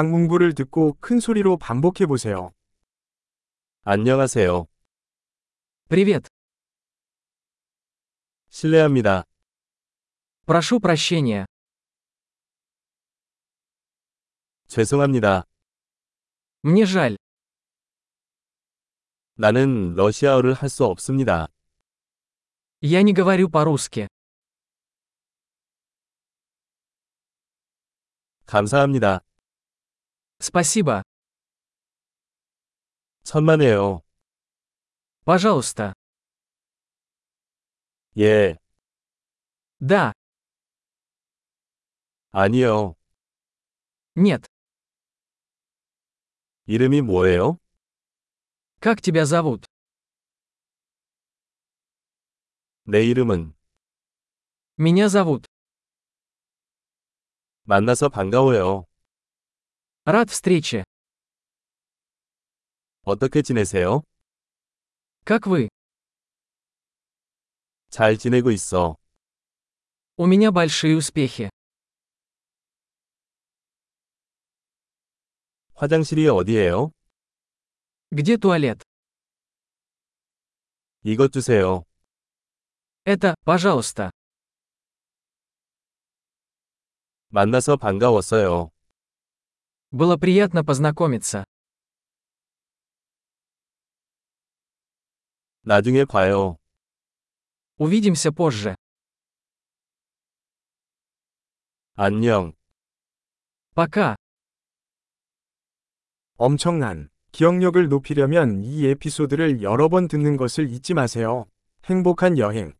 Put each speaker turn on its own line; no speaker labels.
강문부를 듣고 큰 소리로 반복해 보세요.
안녕하세요.
Привет.
실례합니다.
Прошу прощения.
죄송합니다.
Мне жаль.
나는 러시아어를 할 수 없습니다.
Я не говорю по-русски.
감사합니다.
Спасибо.
천만에요.
Пожалуйста.
예,
Да.
아니요.
Нет.
이름이 뭐예요?
Как тебя зовут?
내 이름은
Меня зовут.
만나서 반가워요.
Рад встрече.
어떻게 지내세요?
Как вы?
잘 지내고 있어.
У меня большие успехи.
화장실이 어디예요?
Где туалет?
이것 주세요.
Это, пожалуйста.
만나서 반가웠어요.
Было приятно познакомиться.
나중에 봐요.
Увидимся позже.
안녕.
Пока.
엄청난 기억력을 높이려면 이 에피소드를 여러 번 듣는 것을 잊지 마세요. 행복한 여행.